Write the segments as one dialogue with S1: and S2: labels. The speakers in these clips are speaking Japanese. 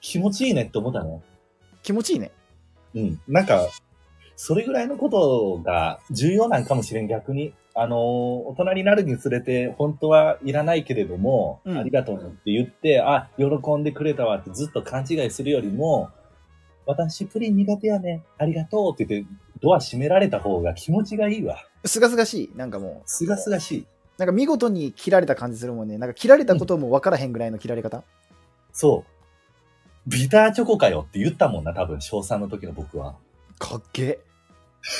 S1: 気持ちいいねって思ったね。
S2: 気持ちいいね。
S1: うん。なんか、それぐらいのことが重要なんかもしれん、逆に。あのー、大人になるにつれて、本当はいらないけれども、
S2: うん
S1: ありがとうって言って、あ、喜んでくれたわってずっと勘違いするよりも、私プリン苦手やね。ありがとうって言って、ドア閉められた方が気持ちがいいわ。
S2: すがすがしい。なんかもう、
S1: すがすがしい。
S2: なんか見事に切られた感じするもんね。なんか切られたことも分からへんぐらいの切られ方。
S1: そう。ビターチョコかよって言ったもんな、多分、小3の時の僕は。
S2: かっけ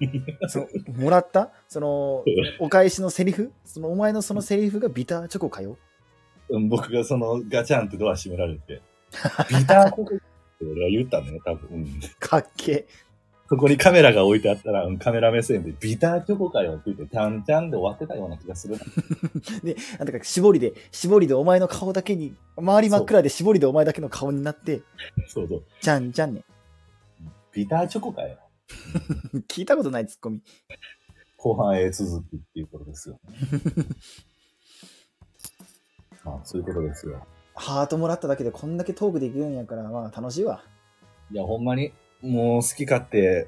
S2: えそのもらったそのお返しのセリフそのお前のそのセリフがビターチョコかよ
S1: うん僕がそのガチャンってドア閉められて、ビターチョコって俺は言ったんだよ、多分。うん
S2: かっけえ
S1: そこにカメラが置いてあったら、うんカメラ目線でビターチョコかよって言って、タンタンで終わってたような気がするな。
S2: なんか絞りで絞りでお前の顔だけに周り真っ暗で絞りでお前だけの顔になって
S1: そうそう。
S2: じゃんじゃんね
S1: ビターチョコかよ。
S2: 聞いたことないツッコミ
S1: 後半へ続きっていうことですよ、ね。まあ、そういうことですよ。
S2: ハートもらっただけでこんだけトークできるんやからまあ楽しいわ
S1: いや、ほんまに、もう好き勝手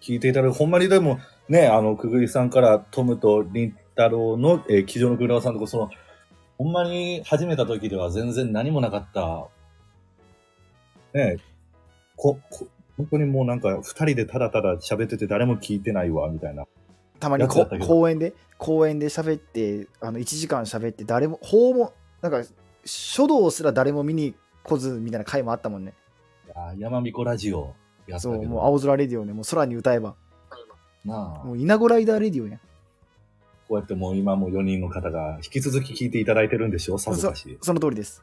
S1: 聞いていただく。ほんまにでも、ね、あの、くぐりさんからトムとりんたろうの、えー、机上のグラさんとか、その、ほんまに始めた時では全然何もなかった。ねえこ、こ、本当にもうなんか、二人でただただ喋ってて誰も聞いてないわ、みたいな。
S2: たまに
S1: や
S2: こ
S1: つだったけど
S2: 公園で公園で喋ってあの1時間喋って誰も訪問なんか書道すら誰も見に来ずみたいな回もあったもんね
S1: あー山彦ラジオ、やった
S2: そ
S1: けど。
S2: う、もう青空レディオね、もう空に歌えば、
S1: なあ
S2: もう稲子ライダーレディオやん。
S1: こうやってもう今も4人の方が引き続き聞いていただいてるんでしょさぞかし。
S2: その通りです。